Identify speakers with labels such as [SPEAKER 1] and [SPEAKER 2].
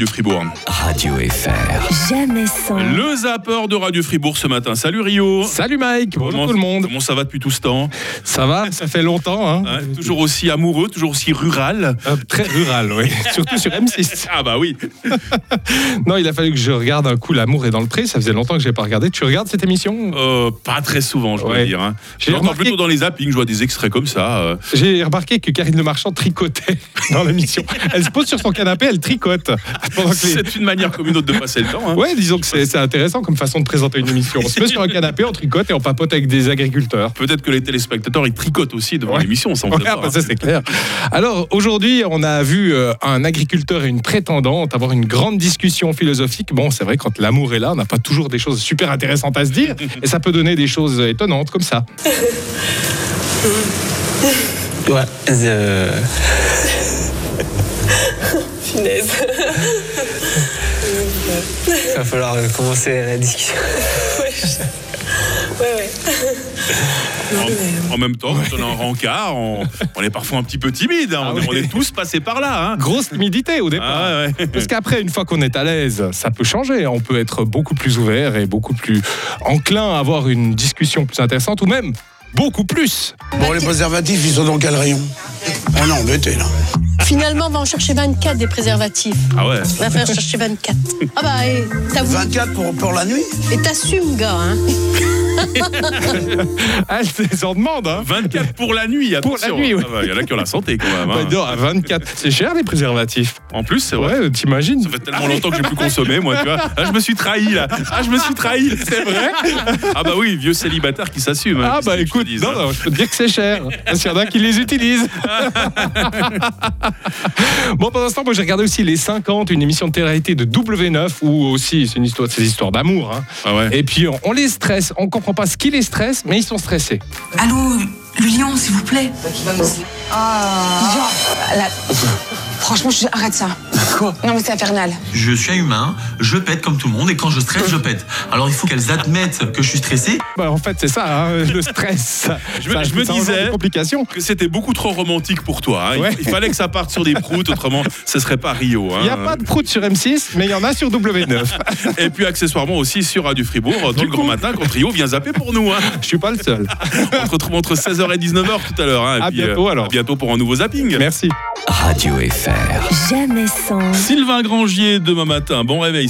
[SPEAKER 1] du Fribourg.
[SPEAKER 2] Radio FR.
[SPEAKER 3] Jamais sans.
[SPEAKER 1] Le zapper de Radio Fribourg ce matin. Salut Rio.
[SPEAKER 4] Salut Mike, bonjour
[SPEAKER 1] Comment-
[SPEAKER 4] tout le monde.
[SPEAKER 1] Comment ça va depuis tout ce temps
[SPEAKER 4] Ça va, ça fait longtemps. Hein
[SPEAKER 1] Hein, Toujours aussi amoureux, toujours aussi rural.
[SPEAKER 4] Euh, très rural, oui. Surtout sur M6.
[SPEAKER 1] Ah bah oui.
[SPEAKER 4] Non, il a fallu que je regarde un coup L'amour est dans le pré. Ça faisait longtemps que je n'ai pas regardé. Tu regardes cette émission
[SPEAKER 1] Euh, pas très souvent, je dois
[SPEAKER 4] Ouais.
[SPEAKER 1] dire. Hein.
[SPEAKER 4] J'ai
[SPEAKER 1] Je l'entends
[SPEAKER 4] remarqué-
[SPEAKER 1] plutôt dans les zappings, je vois des extraits comme ça. euh.
[SPEAKER 4] J'ai remarqué que Karine Le Marchand tricotait dans l'émission. Elle se pose sur son canapé, elle tricote. Pendant que les-
[SPEAKER 1] C'est une manière comme une autre de passer le temps. hein.
[SPEAKER 4] Ouais, disons que c'est c'est intéressant comme façon de présenter une émission. On se met sur un canapé, on tricote et on papote avec des agriculteurs.
[SPEAKER 1] Peut-être que les téléspectateurs, ils tricotent aussi devant
[SPEAKER 4] Ouais.
[SPEAKER 1] l'émission, hein. on s'en
[SPEAKER 4] Ouais,
[SPEAKER 1] fout pas.
[SPEAKER 4] bah, ça c'est clair. Alors aujourd'hui, on a vu euh, un agriculteur et une prétendante avoir une grande discussion philosophique. Bon, c'est vrai, quand l'amour est là, on n'a pas toujours des choses super intéressantes à se dire, et ça peut donner des choses étonnantes comme ça.
[SPEAKER 5] Ouais, euh,
[SPEAKER 6] Punaise.
[SPEAKER 5] il va falloir euh, commencer la discussion.
[SPEAKER 6] Ouais, ouais. Non, mais
[SPEAKER 1] En, en même temps, quand on est en rencard, on, on est parfois un petit peu timide. hein.
[SPEAKER 4] Ah
[SPEAKER 1] on, est-
[SPEAKER 4] oui.
[SPEAKER 1] on est tous passés par là. hein.
[SPEAKER 4] Grosse timidité au départ.
[SPEAKER 1] Ah ouais.
[SPEAKER 4] Parce qu'après, une fois qu'on est à l'aise, ça peut changer. On peut être beaucoup plus ouvert et beaucoup plus enclin à avoir une discussion plus intéressante, ou même beaucoup plus.
[SPEAKER 7] Bon, les préservatifs, ils sont dans quel rayon On est embêté, là.
[SPEAKER 8] Finalement, on va en chercher 24 des préservatifs.
[SPEAKER 1] Ah ouais.
[SPEAKER 8] On va faire chercher 24. Ah bah, et t'avoues-
[SPEAKER 7] 24 pour, pour la nuit
[SPEAKER 8] et t'assumes, gars. Hein.
[SPEAKER 4] Ah, je en demande, hein.
[SPEAKER 1] 24 pour la nuit,
[SPEAKER 4] Pour la
[SPEAKER 1] attention.
[SPEAKER 4] nuit, oui.
[SPEAKER 1] Ah bah, Il y en a qui ont la santé quand même. hein.
[SPEAKER 4] Bah, non, à 24, c'est cher les préservatifs.
[SPEAKER 1] En plus, c'est vrai.
[SPEAKER 4] Ouais, t'imagines
[SPEAKER 1] Ça fait tellement longtemps que j'ai plus consommé, moi, tu vois. Ah, je me suis trahi, là. Ah, je me suis trahi, c'est vrai. Ah, bah oui, vieux célibataire qui s'assume. hein,
[SPEAKER 4] Ah
[SPEAKER 1] qu'est-ce
[SPEAKER 4] bah
[SPEAKER 1] que je te
[SPEAKER 4] écoute,
[SPEAKER 1] dise,
[SPEAKER 4] non,
[SPEAKER 1] hein.
[SPEAKER 4] non, je peux te dire que c'est cher. Parce qu'il y en a qui les utilisent. bon, pendant ce temps, moi j'ai regardé aussi Les 50, une émission de télé-réalité de W9, où aussi c'est une histoire, c'est des histoires d'amour. hein.
[SPEAKER 1] Ah ouais.
[SPEAKER 4] Et puis on, on les stresse, on comprend pas ce qui les stresse, mais ils sont stressés.
[SPEAKER 9] Allô, le lion, s'il vous plaît.
[SPEAKER 10] Franchement, je- arrête ça. Quoi Non, mais c'est infernal.
[SPEAKER 11] Je suis un humain, je pète comme tout le monde et quand je stresse, je pète. Alors il faut qu'elles admettent que je suis stressé.
[SPEAKER 4] Bah en fait c'est ça, hein, le stress.
[SPEAKER 1] Je me-
[SPEAKER 4] Ça-
[SPEAKER 1] je me
[SPEAKER 4] ça engendre
[SPEAKER 1] disais-
[SPEAKER 4] des complications.
[SPEAKER 1] Que c'était beaucoup trop romantique pour toi. hein. Il-
[SPEAKER 4] Ouais.
[SPEAKER 1] Il, fallait que ça parte sur des proutes, autrement, ce serait pas Rio. hein.
[SPEAKER 4] Il n'y a pas de prout sur M6, mais il y en a sur W9.
[SPEAKER 1] Et puis, accessoirement, aussi sur Radio Fribourg, dans le grand matin, quand Rio vient zapper pour nous. hein.
[SPEAKER 4] Je suis pas le seul.
[SPEAKER 1] On se retrouve entre 16h et 19h tout à l'heure. hein. Et
[SPEAKER 4] À
[SPEAKER 1] puis, euh,
[SPEAKER 4] bientôt, alors.
[SPEAKER 1] à bientôt pour un nouveau zapping.
[SPEAKER 4] Merci.
[SPEAKER 2] Radio FR.
[SPEAKER 3] Jamais sans.
[SPEAKER 1] Sylvain Grangier, demain matin. Bon réveil,